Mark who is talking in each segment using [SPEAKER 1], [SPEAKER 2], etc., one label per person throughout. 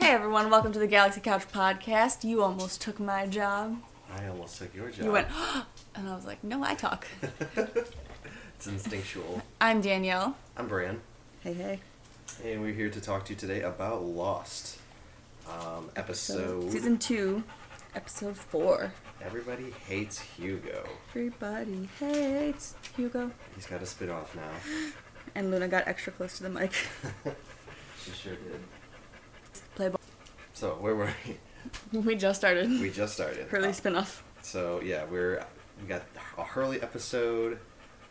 [SPEAKER 1] and welcome to the Galaxy Couch podcast. You almost took my job.
[SPEAKER 2] I almost took your job.
[SPEAKER 1] You went, and I was like, no, I talk.
[SPEAKER 2] it's instinctual.
[SPEAKER 1] I'm Danielle.
[SPEAKER 2] I'm Bran,
[SPEAKER 3] Hey, hey.
[SPEAKER 2] and we're here to talk to you today about Lost. Um, episode.
[SPEAKER 1] Season two, episode four.
[SPEAKER 2] Everybody hates Hugo.
[SPEAKER 3] Everybody hates.
[SPEAKER 1] Hugo
[SPEAKER 2] He's got a spit off now.
[SPEAKER 1] and Luna got extra close to the mic.
[SPEAKER 2] she sure did.
[SPEAKER 1] Play ball.
[SPEAKER 2] So where were
[SPEAKER 1] We just started.
[SPEAKER 2] we? We just started.
[SPEAKER 1] Hurley
[SPEAKER 2] Uh,
[SPEAKER 1] spinoff.
[SPEAKER 2] So yeah, we're we got a Hurley episode.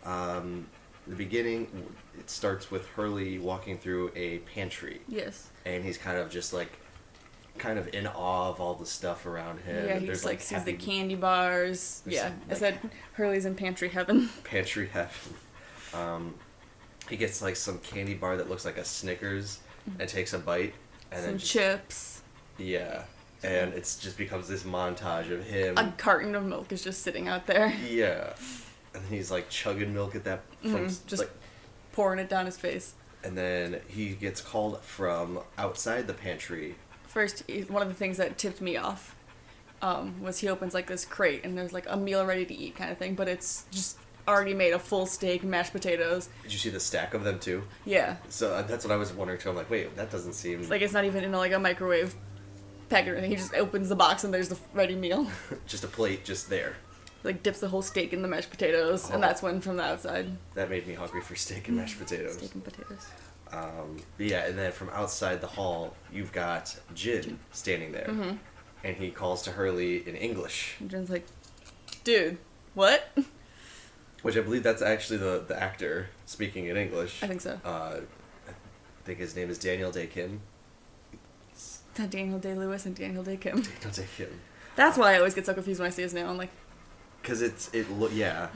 [SPEAKER 2] Um, the beginning, it starts with Hurley walking through a pantry.
[SPEAKER 1] Yes.
[SPEAKER 2] and he's kind of just like kind of in awe of all the stuff around him.
[SPEAKER 1] yeah,
[SPEAKER 2] And
[SPEAKER 1] he
[SPEAKER 2] there's,
[SPEAKER 1] just like sees the
[SPEAKER 2] happy
[SPEAKER 1] candy bars.
[SPEAKER 2] There's
[SPEAKER 1] yeah,
[SPEAKER 2] some,
[SPEAKER 1] I
[SPEAKER 2] like-
[SPEAKER 1] said Hurley's in pantry heaven.
[SPEAKER 2] pantry heaven. Um, he gets like some candy bar that looks like a Snickers and takes a bite and
[SPEAKER 1] Mm-hmm. Some
[SPEAKER 2] then just,
[SPEAKER 1] chips.
[SPEAKER 2] yeah, and it's just becomes this montage of him.
[SPEAKER 1] A carton of milk is just sitting out there,
[SPEAKER 2] yeah, and then he's like chugging milk at that from
[SPEAKER 1] Mhm,
[SPEAKER 2] s-
[SPEAKER 1] just-
[SPEAKER 2] like,
[SPEAKER 1] pouring it down his face.
[SPEAKER 2] and then he gets called from outside the pantry.
[SPEAKER 1] First, he- one of the things that tipped me off um, was he opens like this crate and there's like a meal ready to eat kind of thing, but it's just already made a full steak, mashed potatoes.
[SPEAKER 2] Did you see the stack of them too?
[SPEAKER 1] Yeah,
[SPEAKER 2] So uh, that's what I was wondering too. I'm like, wait, that doesn't seem
[SPEAKER 1] like it's not even in like a microwave packet or anything. He just opens the box and there's the ready meal.
[SPEAKER 2] just a plate just there.
[SPEAKER 1] like dips the whole steak in the mashed potatoes,
[SPEAKER 2] Oh.
[SPEAKER 1] and that's when from the outside.
[SPEAKER 2] That made me hungry for steak and mashed potatoes.
[SPEAKER 1] Mm, Steak and potatoes.
[SPEAKER 2] Um, but yeah, and then from outside the hall, you've got Jin standing there.
[SPEAKER 1] Mm-hmm.
[SPEAKER 2] And he calls to Hurley in English,
[SPEAKER 1] And Jen's like, dude, what?
[SPEAKER 2] which I believe that's actually the, the actor speaking in English.
[SPEAKER 1] I think so.
[SPEAKER 2] Uh, I think his name is Daniel Day Kim.
[SPEAKER 1] That Daniel Day Lewis and Daniel Day Kim.
[SPEAKER 2] Daniel Day Kim.
[SPEAKER 1] That's why I always get so confused when I see his name. I'm like,
[SPEAKER 2] Because it's, it lo- yeah.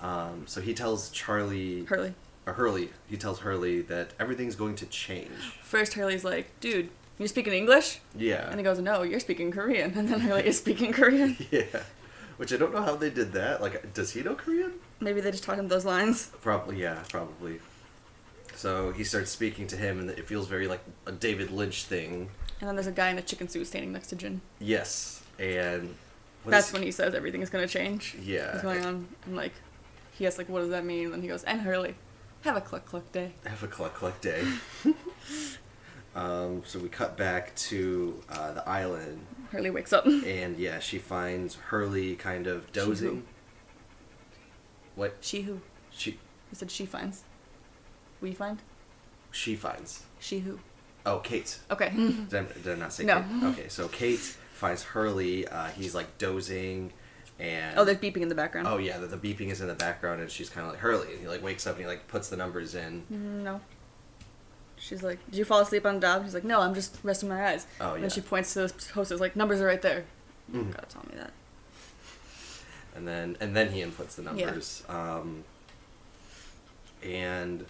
[SPEAKER 2] Um, so he tells Charlie,
[SPEAKER 1] Hurley.
[SPEAKER 2] or Hurley, he tells Hurley that everything's going to change.
[SPEAKER 1] First, Hurley's like, dude, you speaking English?
[SPEAKER 2] Yeah.
[SPEAKER 1] And he goes, no, you're speaking Korean. And then Hurley is speaking Korean.
[SPEAKER 2] yeah. Which I don't know how they did that. Like, does he know Korean?
[SPEAKER 1] Maybe they just taught him those lines.
[SPEAKER 2] Probably, yeah, probably. So he starts speaking to him, and it feels very like a David Lynch thing.
[SPEAKER 1] And then there's a guy in a chicken suit standing next to Jin.
[SPEAKER 2] Yes, and what
[SPEAKER 1] that's
[SPEAKER 2] is-
[SPEAKER 1] when he says everything is going to change.
[SPEAKER 2] Yeah.
[SPEAKER 1] What's going on? And like, he asks, like, what does that mean? And then he goes, and Hurley, have a cluck cluck day.
[SPEAKER 2] have a cluck cluck day. um, so we cut back to uh, the island,
[SPEAKER 1] Hurley wakes up.
[SPEAKER 2] and yeah, she finds Hurley kind of dozing.
[SPEAKER 1] who?
[SPEAKER 2] What
[SPEAKER 1] She who?
[SPEAKER 2] she
[SPEAKER 1] I said she finds. We find?
[SPEAKER 2] she finds?
[SPEAKER 1] She who?
[SPEAKER 2] Oh, Kate.
[SPEAKER 1] Okay.
[SPEAKER 2] Did I, did I not say
[SPEAKER 1] No.
[SPEAKER 2] Kate? Okay, so Kate finds Hurley. Uh, he's like dozing, and
[SPEAKER 1] oh, there's beeping in the background.
[SPEAKER 2] Oh yeah, the, the beeping is in the background, and she's kind of like Hurley, and he like wakes up and he like puts the numbers in.
[SPEAKER 1] Mm, No. She's like, Did you fall asleep on the job? He's like, No, I'm just resting my eyes.
[SPEAKER 2] Oh,
[SPEAKER 1] And
[SPEAKER 2] yeah.
[SPEAKER 1] then she points to the hostess, like, Numbers are right there. You
[SPEAKER 2] Mhm.
[SPEAKER 1] Gotta tell me that.
[SPEAKER 2] and then and then he inputs the
[SPEAKER 1] Yeah.
[SPEAKER 2] numbers. Um, and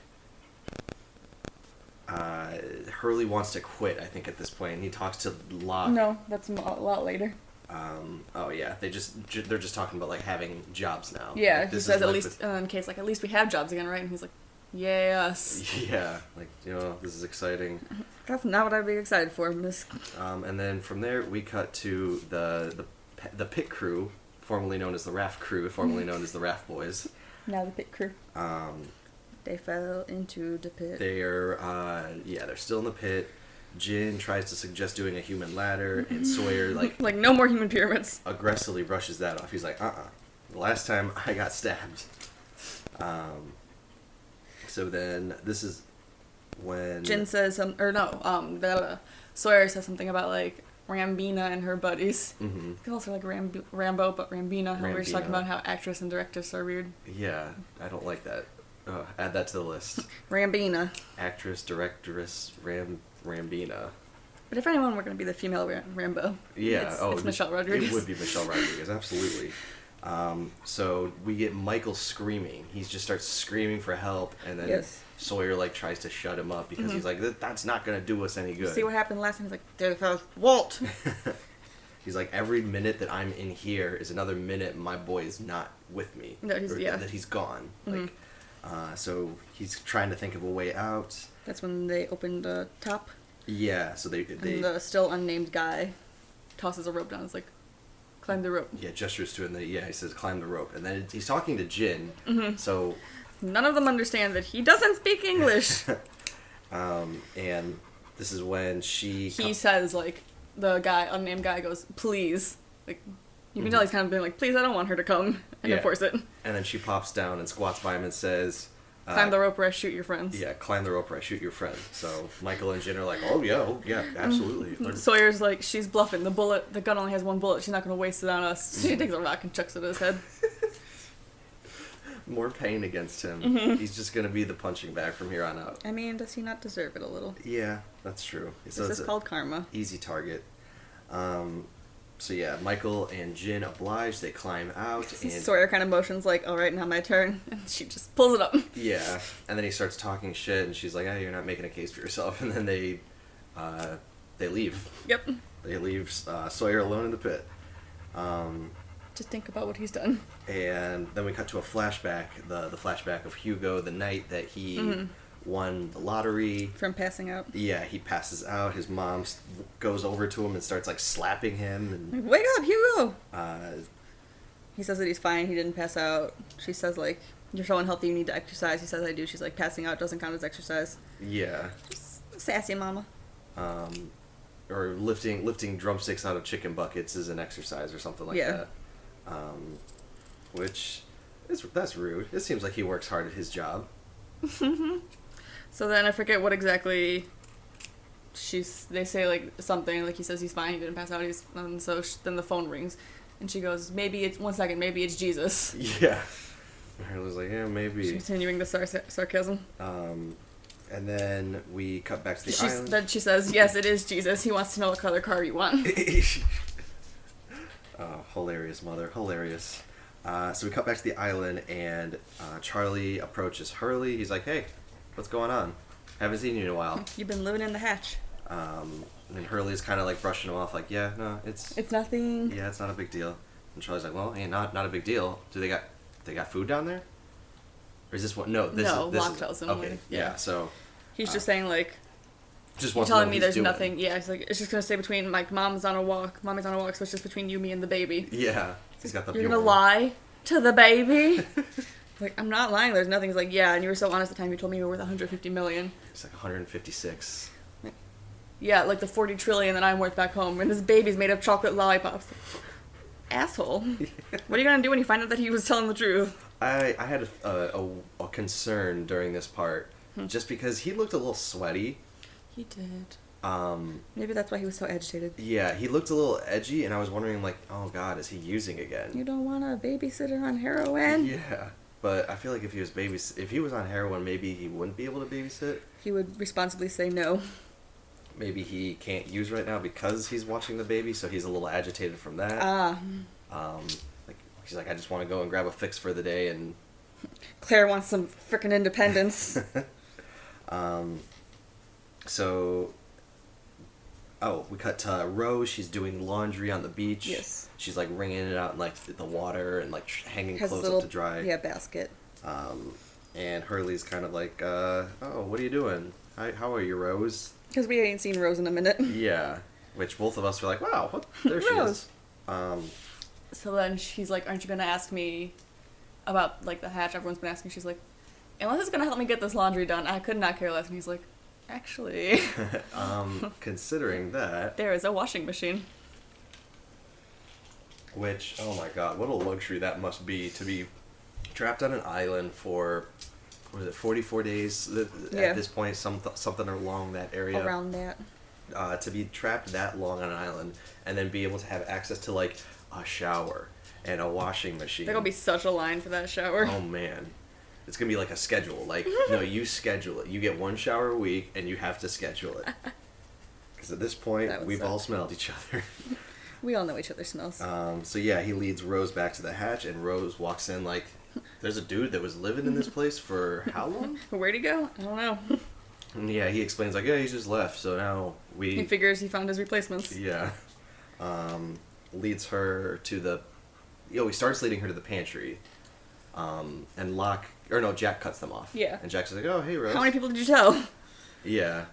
[SPEAKER 2] uh, Hurley wants to quit. I think at this point, and he talks to Locke.
[SPEAKER 1] No, that's a lot later.
[SPEAKER 2] Um, oh yeah, they just ju- they're just talking about like having jobs now.
[SPEAKER 1] Yeah,
[SPEAKER 2] Oh, Like,
[SPEAKER 1] he
[SPEAKER 2] this
[SPEAKER 1] says
[SPEAKER 2] is
[SPEAKER 1] at
[SPEAKER 2] like
[SPEAKER 1] least, and then Kate's like, At least we have jobs again, right? And he's like, Yes.
[SPEAKER 2] the- yeah, like you know, this is exciting.
[SPEAKER 1] That's not what I'd be excited for, Miss.
[SPEAKER 2] Um, and then from there, we cut to the the pe- the pit crew, formerly known as the raft crew, formerly known as the raft boys.
[SPEAKER 1] Now the pit crew.
[SPEAKER 2] Um,
[SPEAKER 3] They fell into the pit.
[SPEAKER 2] they are, uh, yeah, they're still in the pit. Jin tries to suggest doing a human ladder, and Sawyer like
[SPEAKER 1] Like, no more human pyramids.
[SPEAKER 2] aggressively brushes that off. He's like, "Uh, uh The last time I got stabbed." Um, so then this is when
[SPEAKER 1] Jin says, some, or no, um, blah, blah, blah. Sawyer says something about, like, Rambina and her buddies.
[SPEAKER 2] Mhm.
[SPEAKER 1] It's also like Rambo, Rambo but Rambina. How we were just talking
[SPEAKER 2] Rambina.
[SPEAKER 1] about how actress and directors are weird.
[SPEAKER 2] Yeah, I don't like that. Uh, add that to the list.
[SPEAKER 3] Rambina.
[SPEAKER 2] Actress, directress, Ram Rambina.
[SPEAKER 1] But if anyone were going to be the female Ra- Rambo,
[SPEAKER 2] Yeah.
[SPEAKER 1] it's,
[SPEAKER 2] oh,
[SPEAKER 1] it's
[SPEAKER 2] it-
[SPEAKER 1] Michelle Rodriguez.
[SPEAKER 2] It would be Michelle Rodriguez, absolutely. Um, so we get Michael screaming. He just starts screaming for help, and then
[SPEAKER 3] Yes.
[SPEAKER 2] Sawyer like tries to shut him up because he's like, "That- "That's not gonna do us any
[SPEAKER 1] You
[SPEAKER 2] good."
[SPEAKER 1] Mm-hmm. see what happened last time? He's like, there goes Walt.
[SPEAKER 2] he's like, "Every minute that I'm in here is another minute my boy is not with me.
[SPEAKER 1] That he's- yeah. Mm-hmm.
[SPEAKER 2] that he's gone." Like, uh, so he's trying to think of a way out.
[SPEAKER 1] That's when they opened the top.
[SPEAKER 2] Yeah, so they they
[SPEAKER 3] and the still unnamed guy.
[SPEAKER 1] tosses a rope down. It's like, climb the rope.
[SPEAKER 2] yeah gestures to it, and then yeah he says climb the rope, and then he's talking to Jin.
[SPEAKER 3] Mm-hmm.
[SPEAKER 2] So
[SPEAKER 1] None of them understand that he doesn't speak English.
[SPEAKER 2] um and this is when she
[SPEAKER 1] he says like the guy unnamed guy goes please like you can tell he's kind of been like please i don't want her to come and
[SPEAKER 2] Mm-hmm. Yeah. Uh,
[SPEAKER 1] enforce it
[SPEAKER 2] and then she pops down and squats by him and says. uh,
[SPEAKER 1] climb the rope or i shoot your friends
[SPEAKER 2] Yeah, climb the rope or I shoot your friend. So Michael and Jin are like, oh yeah, oh, yeah,
[SPEAKER 3] Mm-hmm.
[SPEAKER 2] absolutely. They're-
[SPEAKER 1] sawyer's like she's bluffing the bullet the gun only has one bullet she's not going to waste it on us she takes a rock and chucks it at his head
[SPEAKER 2] More pain against him.
[SPEAKER 3] Mm-hmm.
[SPEAKER 2] He's just gonna be the punching bag from here on out.
[SPEAKER 3] I mean, does he not deserve it a little?
[SPEAKER 2] Yeah, that's true. So
[SPEAKER 3] this
[SPEAKER 2] it's
[SPEAKER 3] is
[SPEAKER 2] a
[SPEAKER 3] called karma.
[SPEAKER 2] easy target. Um, so yeah, Michael and Jin oblige. They climb out and
[SPEAKER 3] Sawyer kind of motions like, all right, now my turn.
[SPEAKER 1] and she just pulls it up
[SPEAKER 2] yeah, and then he starts talking shit, and she's like, "Ah, you're not making a case for yourself." And then they uh, they leave.
[SPEAKER 1] yep
[SPEAKER 2] They leave uh, Sawyer alone in the pit. Um,
[SPEAKER 1] just think about what he's done
[SPEAKER 2] and then we cut to a flashback the the flashback of Hugo the night that he won the lottery
[SPEAKER 3] From passing out.
[SPEAKER 2] yeah he passes out his mom s- goes over to him and starts like slapping him
[SPEAKER 3] Like, Wake up, Hugo!
[SPEAKER 2] and uh,
[SPEAKER 3] He says that he's fine, he didn't pass out. She says, like, you're so unhealthy, you need to exercise. He says, I do. She's like, passing out doesn't count as exercise.
[SPEAKER 2] yeah
[SPEAKER 3] Sassy mama.
[SPEAKER 2] um, or lifting lifting drumsticks out of chicken buckets is an exercise or something like
[SPEAKER 3] Yeah.
[SPEAKER 2] that um, which is that's rude it seems like he works hard at his job
[SPEAKER 1] so then i forget what exactly she's they say like something like he says he's fine he didn't pass out he's and so sh- then the phone rings and she goes maybe it's one second maybe it's jesus
[SPEAKER 2] yeah I was like yeah maybe
[SPEAKER 1] She's continuing the sar- sarcasm
[SPEAKER 2] um, and then we cut back to the
[SPEAKER 1] She's,
[SPEAKER 2] island
[SPEAKER 1] then she says, "Yes, it is Jesus. He wants to know what color car you want."
[SPEAKER 2] oh, hilarious, mother. Hilarious. Uh, so we cut back to the island, and uh, Charlie approaches Hurley. He's like, hey, what's going on? Haven't seen you in a while.
[SPEAKER 3] You've been living in the hatch.
[SPEAKER 2] Um, and then Hurley's kind of like brushing him off, like, yeah, no, it's,
[SPEAKER 3] It's nothing.
[SPEAKER 2] yeah, it's not a big deal. And Charlie's like, well, hey, not, not a big deal. Do they got, they got food down there? Or is this one? No, this
[SPEAKER 1] No,
[SPEAKER 2] is, this
[SPEAKER 1] Locke
[SPEAKER 2] is-
[SPEAKER 1] tells him
[SPEAKER 2] Okay,
[SPEAKER 1] when-
[SPEAKER 2] yeah.
[SPEAKER 1] yeah.
[SPEAKER 2] so
[SPEAKER 1] He's just saying, like,
[SPEAKER 2] just
[SPEAKER 1] "You're
[SPEAKER 2] wants to
[SPEAKER 1] telling
[SPEAKER 2] know what
[SPEAKER 1] me
[SPEAKER 2] he's
[SPEAKER 1] there's
[SPEAKER 2] doing.
[SPEAKER 1] nothing." Yeah, it's like it's just gonna stay between like mom's on a walk, mommy's on a walk, so it's just between you, me, and the baby.
[SPEAKER 2] Yeah, he's got the.
[SPEAKER 1] You're gonna
[SPEAKER 2] pure-
[SPEAKER 1] lie to the baby? like, I'm not lying. There's nothing. He's like, "Yeah," and you were so honest at the time. You told me you were worth 150 million.
[SPEAKER 2] It's like 156.
[SPEAKER 1] Yeah, like the 40 trillion that I'm worth back home, and this baby's made of chocolate lollipops. Asshole. what are you gonna do when you find out that he was telling the truth?
[SPEAKER 2] I, I had a, a, a concern during this part
[SPEAKER 1] Hmm.
[SPEAKER 2] just because he looked a little sweaty.
[SPEAKER 1] He did.
[SPEAKER 2] Um,
[SPEAKER 3] Maybe that's why he was so agitated.
[SPEAKER 2] yeah, he looked a little edgy, and I was wondering, like, oh god, is he using
[SPEAKER 3] You
[SPEAKER 2] again?
[SPEAKER 3] don't want a babysitter on heroin?
[SPEAKER 2] Yeah, but I feel like if he was babys- if he was on heroin, maybe he wouldn't be able to babysit.
[SPEAKER 3] He would responsibly say no.
[SPEAKER 2] Maybe he can't use right now because he's watching the baby, so he's a little agitated from that.
[SPEAKER 3] Ah,
[SPEAKER 2] Um, like he's like, I just want to go and grab a fix for the day and
[SPEAKER 3] Claire wants some frickin' independence.
[SPEAKER 2] Um, so, oh, we cut to Rose. She's doing laundry on the beach.
[SPEAKER 3] Yes.
[SPEAKER 2] She's like wringing it out in like the water and like tr- hanging
[SPEAKER 3] Has a
[SPEAKER 2] clothes
[SPEAKER 3] little
[SPEAKER 2] up to dry.
[SPEAKER 3] yeah basket.
[SPEAKER 2] Um, and Hurley's kind of like, uh, oh, what are you doing? Hi, how are you, Rose?
[SPEAKER 3] Because we ain't seen Rose in a minute.
[SPEAKER 2] yeah. Which both of us were like, wow, what? There she
[SPEAKER 3] Rose.
[SPEAKER 2] is. Um,
[SPEAKER 1] So then she's like, "Aren't you gonna ask me about like the hatch?" Everyone's been asking. She's like, "Unless it's gonna help me get this laundry done, I could not care less." And he's like, "Actually,
[SPEAKER 2] um, considering that,
[SPEAKER 1] there is a washing machine."
[SPEAKER 2] which, oh my god, what a luxury that must be to be trapped on an island for, what is it, 44 days th- th-
[SPEAKER 3] Yeah.
[SPEAKER 2] at this point, some, something along that area.
[SPEAKER 3] Around that.
[SPEAKER 2] Uh, to be trapped that long on an island and then be able to have access to, like, a shower and a washing machine.
[SPEAKER 1] There's gonna be such a line for that shower.
[SPEAKER 2] Oh man. It's gonna be like a schedule. Like, no, you schedule it. You get one shower a week and you have to schedule it. Because at this
[SPEAKER 3] That
[SPEAKER 2] point,
[SPEAKER 3] would
[SPEAKER 2] we've all
[SPEAKER 3] suck.
[SPEAKER 2] smelled each other.
[SPEAKER 3] We all know each other's smells.
[SPEAKER 2] Um, so yeah, he leads Rose back to the hatch, and Rose walks in like, "There's a dude that was living in this place for how long?"
[SPEAKER 1] Where'd he go? I don't know.
[SPEAKER 2] And yeah, he explains like, "Yeah, he's just left, so now
[SPEAKER 1] he
[SPEAKER 2] we."
[SPEAKER 1] figures he found his replacements.
[SPEAKER 2] yeah, um, leads her to the. You know, he starts leading her to the pantry, um, and Locke or no, Jack cuts them off.
[SPEAKER 1] Yeah.
[SPEAKER 2] And Jack's like, "Oh, hey, Rose."
[SPEAKER 1] How many people did you tell?
[SPEAKER 2] Yeah.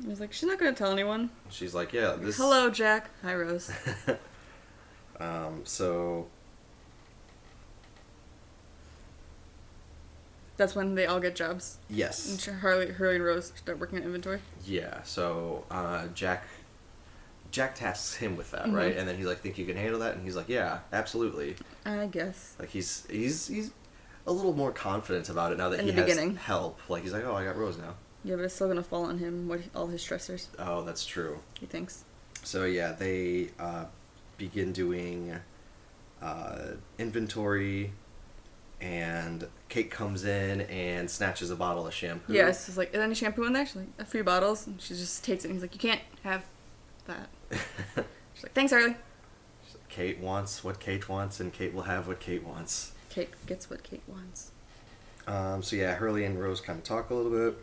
[SPEAKER 1] I was like, she's not gonna tell anyone.
[SPEAKER 2] She's like, yeah, this.
[SPEAKER 1] Hello, Jack. Hi, Rose.
[SPEAKER 2] Um, so
[SPEAKER 1] That's when they all get jobs. And
[SPEAKER 2] yes,
[SPEAKER 1] Ch- Harley, Hurley, and Rose start working on inventory.
[SPEAKER 2] yeah. So uh, Jack, Jack tasks him with that,
[SPEAKER 1] Mhm.
[SPEAKER 2] right? And then he's like, think you can handle that? And he's like, yeah, absolutely.
[SPEAKER 1] I guess.
[SPEAKER 2] Like he's he's he's a little more confident about it now that
[SPEAKER 1] In
[SPEAKER 2] he
[SPEAKER 1] the
[SPEAKER 2] has
[SPEAKER 1] beginning.
[SPEAKER 2] help. Like he's like, oh, I got Rose now.
[SPEAKER 1] Yeah, but it's still gonna fall on him. What all his stressors?
[SPEAKER 2] Oh, that's true.
[SPEAKER 1] He thinks.
[SPEAKER 2] So yeah, they uh, begin doing uh, inventory, and Kate comes in and snatches a bottle of shampoo.
[SPEAKER 1] Yes. He's like, is there any shampoo in there? She's like, a few bottles. And she just takes it. and He's like, you can't have that. She's like, thanks, Harley.
[SPEAKER 2] Kate wants what Kate wants, and Kate will have what Kate wants.
[SPEAKER 1] Kate gets what Kate wants.
[SPEAKER 2] Um, so yeah, Hurley and Rose kind of talk a little bit,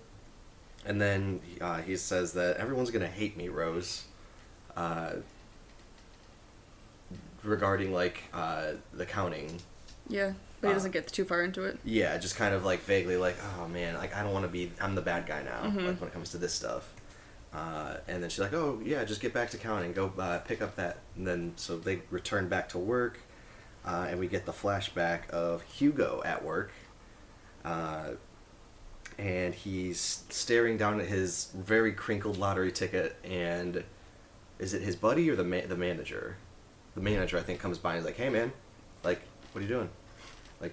[SPEAKER 2] and then uh, he says that everyone's gonna hate me, Rose. Uh, regarding like uh, the counting,
[SPEAKER 1] Yeah, but he
[SPEAKER 2] Ah.
[SPEAKER 1] doesn't get too far into it.
[SPEAKER 2] yeah, just kind of like vaguely like, oh man, like I don't want to be, I'm the bad guy now.
[SPEAKER 1] Mhm.
[SPEAKER 2] Like when it comes to this stuff. Uh, and then she's like, oh yeah, just get back to counting, go uh, pick up that. And then so they return back to work, uh, and we get the flashback of Hugo at work. Uh, and he's staring down at his very crinkled lottery ticket, and is it his buddy or the ma- the manager? The manager, I think, comes by and is like, "Hey, man, like, what are you doing?"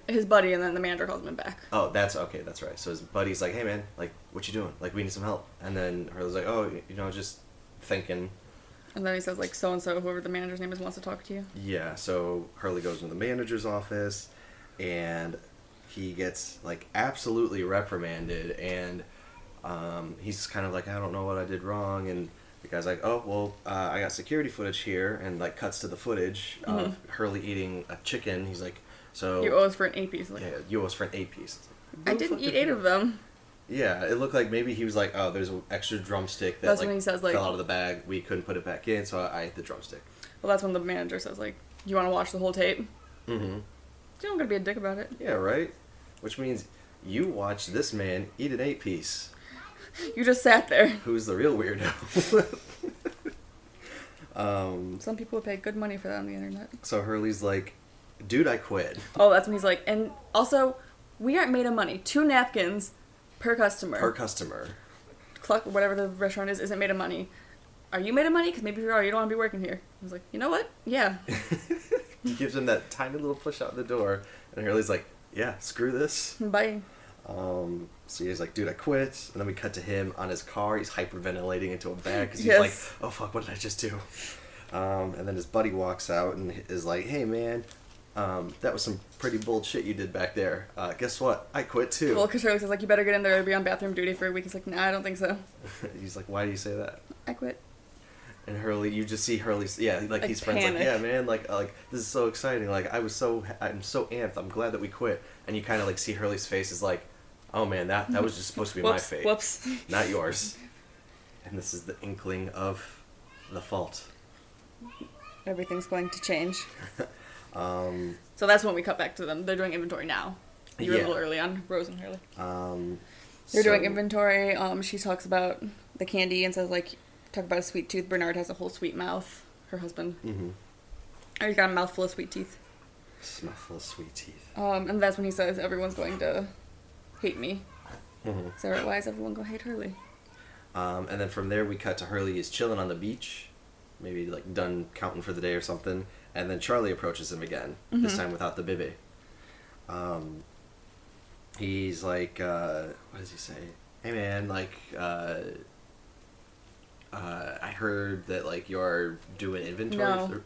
[SPEAKER 1] His buddy and then the manager calls him back.
[SPEAKER 2] Oh, that's okay. That's right. So his buddy's like, "Hey, man, like, what you doing? Like, we need some help." And then Hurley's like, "Oh, you know, just thinking."
[SPEAKER 1] And then he says like, so and so, whoever the manager's name is, wants to talk to you.
[SPEAKER 2] Yeah. So Hurley goes into the manager's office, and he gets like absolutely reprimanded, and um, he's kind of like, "I don't know what I did wrong," and the guy's like, "Oh, well, uh, I got security footage here," and like cuts to the footage of Hurley eating a chicken. He's like, "So
[SPEAKER 1] Mm-hmm. You owe us for an eight piece. Like,
[SPEAKER 2] Oh. yeah, you owe us for an eight piece."
[SPEAKER 1] I didn't eat eight of them.
[SPEAKER 2] Yeah, it looked like maybe he was like, "Oh, there's an extra drumstick that
[SPEAKER 1] That's
[SPEAKER 2] like,
[SPEAKER 1] when he says, like-
[SPEAKER 2] fell out of the bag. We couldn't put it back in, so I, I ate the drumstick."
[SPEAKER 1] Well, that's when the manager says like, you want to watch the whole tape?
[SPEAKER 2] Mm-hmm.
[SPEAKER 1] You don't gotta be a dick about it.
[SPEAKER 2] Yeah, right. Which means you watch this man eat an eight piece.
[SPEAKER 1] You just sat there.
[SPEAKER 2] Who's the real weirdo? um,
[SPEAKER 1] Some people would pay good money for that on the internet.
[SPEAKER 2] so Hurley's like, "Dude, I quit."
[SPEAKER 1] Oh, that's when he's like, and also, we aren't made of money. Two napkins per customer.
[SPEAKER 2] Per customer.
[SPEAKER 1] Cluck, whatever the restaurant is, isn't made of money. Are you made of money? Because maybe if you are, you don't want to be working here. I was like, you know what? Yeah.
[SPEAKER 2] He gives him that tiny little push out the door, and Hurley's like, "Yeah, screw this."
[SPEAKER 1] Bye.
[SPEAKER 2] Um, so he's like, dude, I quit. And then we cut to him on his car. He's hyperventilating into a bag because he's
[SPEAKER 1] Yes.
[SPEAKER 2] like, oh fuck, what did I just do? Um, and then his buddy walks out and is like, hey man, um, that was some pretty bullshit you did back there. Uh, guess what? I quit too.
[SPEAKER 1] Well, Charlie says like, you better get in there or be on bathroom duty for a week. He's like, nah, I don't think so.
[SPEAKER 2] he's like, why do you say that?
[SPEAKER 1] I quit.
[SPEAKER 2] And Hurley, you just see Hurley, yeah, like,
[SPEAKER 1] Like
[SPEAKER 2] he's friends, like,
[SPEAKER 1] panic.
[SPEAKER 2] yeah, man, like, uh, like this is so exciting. Like, I was so, I'm so amped. I'm glad that we quit. And you kind of like see Hurley's face is like, oh man, that that was just supposed to be my
[SPEAKER 1] Mm-hmm. Whoops.
[SPEAKER 2] fate.
[SPEAKER 1] Whoops.
[SPEAKER 2] not yours. And this is the inkling of the fault.
[SPEAKER 1] Everything's going to change.
[SPEAKER 2] Um,
[SPEAKER 1] So that's when we cut back to them. They're doing inventory now. You were
[SPEAKER 2] Yeah.
[SPEAKER 1] a little early on, Rose and Hurley.
[SPEAKER 2] um,
[SPEAKER 1] They're doing
[SPEAKER 2] so-
[SPEAKER 1] inventory. Um, she talks about the candy and says like, talk about a sweet tooth. Bernard has a whole sweet mouth. Her husband,
[SPEAKER 2] Mhm.
[SPEAKER 1] or he's got a mouthful of sweet teeth.
[SPEAKER 2] Snuffle sweet teeth.
[SPEAKER 1] Um, and that's when he says everyone's going to hate me.
[SPEAKER 2] Mhm.
[SPEAKER 1] So why is everyone gonna hate Hurley?
[SPEAKER 2] Um, and then from there, we cut to Hurley is chilling on the beach, maybe like done counting for the day or something. And then Charlie approaches him again, this
[SPEAKER 1] Mm-hmm.
[SPEAKER 2] time without the bibby. Um, he's like, uh, what does he say? Hey man, like, uh, uh, I heard that like you're doing inventory.
[SPEAKER 1] No.
[SPEAKER 2] for-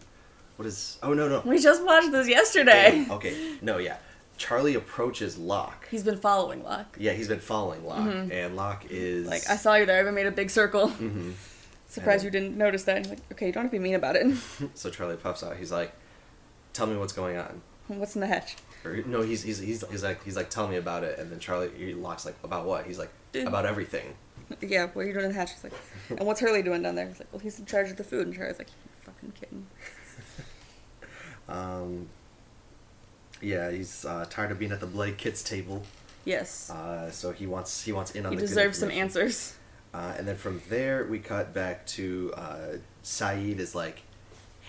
[SPEAKER 2] What is? Oh no no.
[SPEAKER 1] We just watched this yesterday.
[SPEAKER 2] Damn, Okay. No, yeah. Charlie approaches Locke.
[SPEAKER 1] He's been following Locke.
[SPEAKER 2] Yeah, he's been following Locke, and Locke is
[SPEAKER 1] Mm-hmm. Like I saw you there. I even made a big circle.
[SPEAKER 2] hmm
[SPEAKER 1] Surprised you didn't notice that. And he's like, okay, you don't have to be mean about it.
[SPEAKER 2] So Charlie puffs out. He's like, "Tell me what's going on."
[SPEAKER 1] What's in the hatch?
[SPEAKER 2] Or no, he's he's he's, he's like he's like, "Tell me about it." And then Charlie he, Locke's like, "About what?" He's like,
[SPEAKER 1] Dude.
[SPEAKER 2] "About everything."
[SPEAKER 1] Yeah, what are you doing in the hatch? He's like, and what's Hurley doing down there? He's like, well, he's in charge of the food. And Charlie's like, you fucking kidding.
[SPEAKER 2] Um, yeah, he's uh, tired of being at the Blake kids' table,
[SPEAKER 1] Yes.
[SPEAKER 2] uh, so he wants he wants in on
[SPEAKER 1] He
[SPEAKER 2] the good
[SPEAKER 1] deserves some
[SPEAKER 2] information.
[SPEAKER 1] answers.
[SPEAKER 2] Uh, and then from there, we cut back to uh, Saeed is like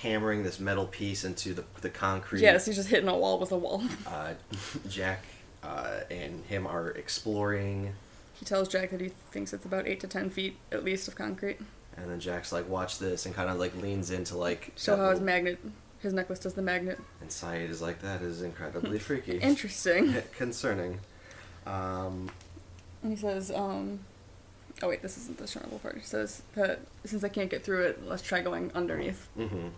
[SPEAKER 2] hammering this metal piece into the, the concrete.
[SPEAKER 1] Yes, he's just hitting a wall with a wall.
[SPEAKER 2] Uh, Jack uh, and him are exploring.
[SPEAKER 1] He tells Jack that he thinks it's about eight to ten feet at least of concrete.
[SPEAKER 2] And then Jack's like, watch this, and kind of like leans into like.
[SPEAKER 1] Show
[SPEAKER 2] that
[SPEAKER 1] how his
[SPEAKER 2] little-
[SPEAKER 1] magnet, his necklace does the magnet.
[SPEAKER 2] And Saeed is like, that is
[SPEAKER 1] Hmm.
[SPEAKER 2] incredibly freaky.
[SPEAKER 1] Interesting.
[SPEAKER 2] Concerning. Um,
[SPEAKER 1] And he says, um, oh wait, this isn't the Chernobyl part. He says that since I can't get through it, let's try going underneath.
[SPEAKER 2] mhm.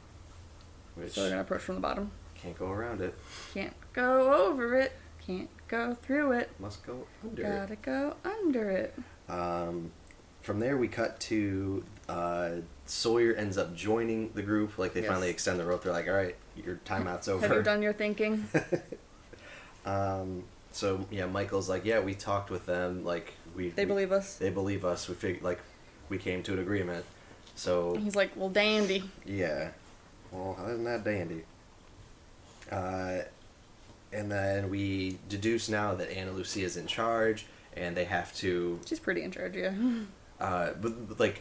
[SPEAKER 2] Which
[SPEAKER 1] So they're gonna approach from the bottom.
[SPEAKER 2] can't go around it.
[SPEAKER 1] Can't go over it. Can't go through it.
[SPEAKER 2] Must go under. it.
[SPEAKER 1] Gotta go under it.
[SPEAKER 2] Um, from there, we cut to uh, Sawyer ends up joining the group. Like they
[SPEAKER 1] Yes.
[SPEAKER 2] finally extend the rope. They're like, "All right, your timeout's over."
[SPEAKER 1] Have you done your thinking?
[SPEAKER 2] Um, so yeah, Michael's like, "Yeah, we talked with them. Like we
[SPEAKER 1] They
[SPEAKER 2] we-
[SPEAKER 1] believe us.
[SPEAKER 2] They believe us. We fig- like we came to an agreement. So
[SPEAKER 1] And he's like, well, dandy.
[SPEAKER 2] yeah, well, isn't that dandy? Uh, and then we deduce now that Anna Lucia is in charge, and they have to
[SPEAKER 1] She's pretty in charge, yeah.
[SPEAKER 2] uh, but, but, like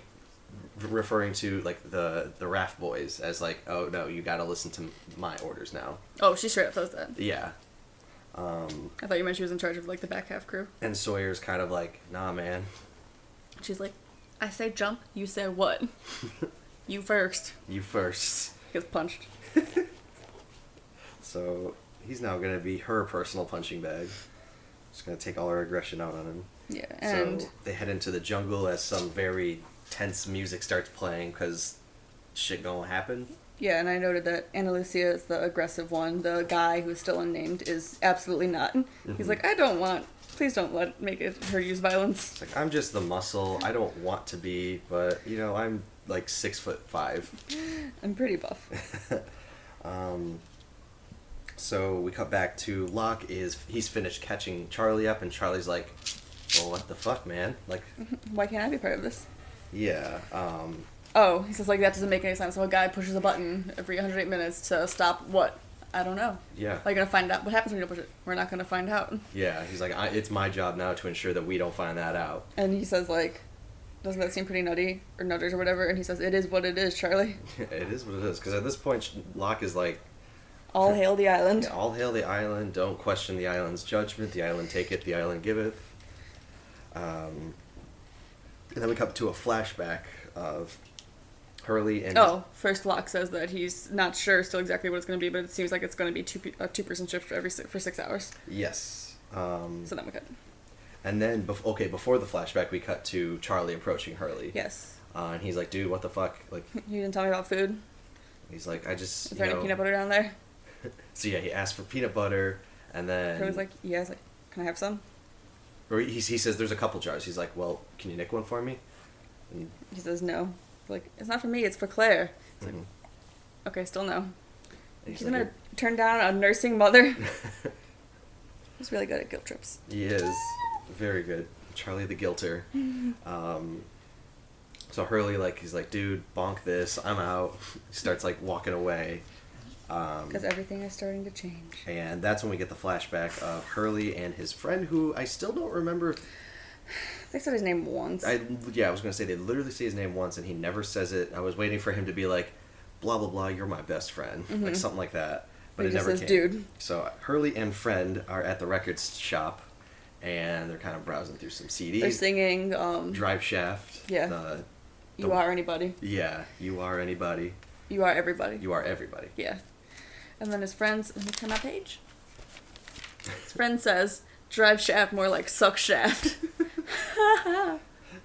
[SPEAKER 2] r- referring to like the the raft boys as like oh no you gotta listen to m- my orders now
[SPEAKER 1] Oh, she straight up says that.
[SPEAKER 2] yeah um
[SPEAKER 1] I thought you meant she was in charge of like the back half crew.
[SPEAKER 2] and sawyer's kind of like nah man
[SPEAKER 1] She's like, I say jump, you say what? you first.
[SPEAKER 2] you first
[SPEAKER 1] Gets punched.
[SPEAKER 2] so he's now gonna be her personal punching bag just gonna take all her aggression out on him
[SPEAKER 1] Yeah, and
[SPEAKER 2] so they head into the jungle as some very tense music starts playing because shit gonna happen
[SPEAKER 3] Yeah, and I noted that Anna Lucia is the aggressive one. The guy who's still unnamed is absolutely not.
[SPEAKER 1] he's like, I don't want. Please don't let make it her use violence.
[SPEAKER 2] it's like i'm just the muscle i don't want to be but you know i'm like six foot five
[SPEAKER 3] I'm pretty buff.
[SPEAKER 2] Um, so we cut back to Locke is he's finished catching Charlie up, and Charlie's like, "Well, what the fuck, man? Like,
[SPEAKER 1] Mm-hmm.
[SPEAKER 3] Why can't I be part of this?
[SPEAKER 2] yeah, um,
[SPEAKER 1] Oh, he says like that doesn't make any sense. So a guy pushes a button every 108 minutes to stop what? I don't know.
[SPEAKER 2] yeah,
[SPEAKER 1] Are you gonna find out what happens when you push it? We're not gonna find out.
[SPEAKER 2] yeah." He's like, I, "It's my job now to ensure that we don't find that out."
[SPEAKER 3] And he says, like, doesn't that seem pretty nutty or nutters or whatever? And he says, it is what it is, Charlie.
[SPEAKER 2] it is what it is, because at this point, Locke is like,
[SPEAKER 3] All hail the island.
[SPEAKER 2] "All hail the island! Don't question the island's judgment. The island taketh, the island giveth." Um, and then we cut to a flashback of Hurley and
[SPEAKER 1] Oh, first Locke says that he's not sure still exactly what it's going to be, but it seems like it's going to be two pe- a two person shift for every si- for six hours.
[SPEAKER 2] yes. Um,
[SPEAKER 1] So then we cut.
[SPEAKER 2] And then, bef- okay, before the flashback, we cut to Charlie approaching Hurley.
[SPEAKER 3] Yes.
[SPEAKER 2] Uh, and he's like, dude, what the fuck? Like,
[SPEAKER 3] You didn't tell me about food.
[SPEAKER 2] he's like, I just.
[SPEAKER 3] Is
[SPEAKER 2] you
[SPEAKER 3] there any
[SPEAKER 2] know-
[SPEAKER 3] peanut butter down there?
[SPEAKER 2] So yeah, he asked for peanut butter, and then.
[SPEAKER 3] Charlie's like, yeah. He's like, can I have some?
[SPEAKER 2] Or he, he says, there's a couple jars. He's like, well, can you nick one for me? And,
[SPEAKER 3] He says, no. He's like, it's not for me, it's for Claire. He's
[SPEAKER 2] mhm.
[SPEAKER 3] like, okay, still no.
[SPEAKER 2] And he's
[SPEAKER 3] She's gonna
[SPEAKER 2] like,
[SPEAKER 3] turn down a nursing mother.
[SPEAKER 2] mm-hmm.
[SPEAKER 3] He's really good at guilt trips.
[SPEAKER 2] he is. Very good. Charlie the Guilter. um, so Hurley, like, he's like, dude, bonk this. I'm out. He starts, like, walking away. Um,
[SPEAKER 3] Because everything is starting to change.
[SPEAKER 2] And that's when we get the flashback of Hurley and his friend, who I still don't remember.
[SPEAKER 3] They said his name once.
[SPEAKER 2] I yeah, I was gonna say they literally say his name once, and he never says it. I was waiting for him to be like, blah blah blah, you're my best friend, like something like that. But
[SPEAKER 3] Mm-hmm. He
[SPEAKER 2] it
[SPEAKER 3] just
[SPEAKER 2] never
[SPEAKER 3] says,
[SPEAKER 2] came.
[SPEAKER 3] "Dude."
[SPEAKER 2] So Hurley and friend are at the record shop, and they're kind of browsing through some
[SPEAKER 3] They're
[SPEAKER 2] CDs.
[SPEAKER 3] singing, um,
[SPEAKER 2] Drive Shaft.
[SPEAKER 3] Yeah.
[SPEAKER 2] the-
[SPEAKER 3] You Are Anybody.
[SPEAKER 2] yeah. You are anybody.
[SPEAKER 3] You Are Everybody.
[SPEAKER 2] You are everybody.
[SPEAKER 3] yeah.
[SPEAKER 1] And then his friends. Let me turn my page. His friend says, "Drive shaft, more like suck shaft."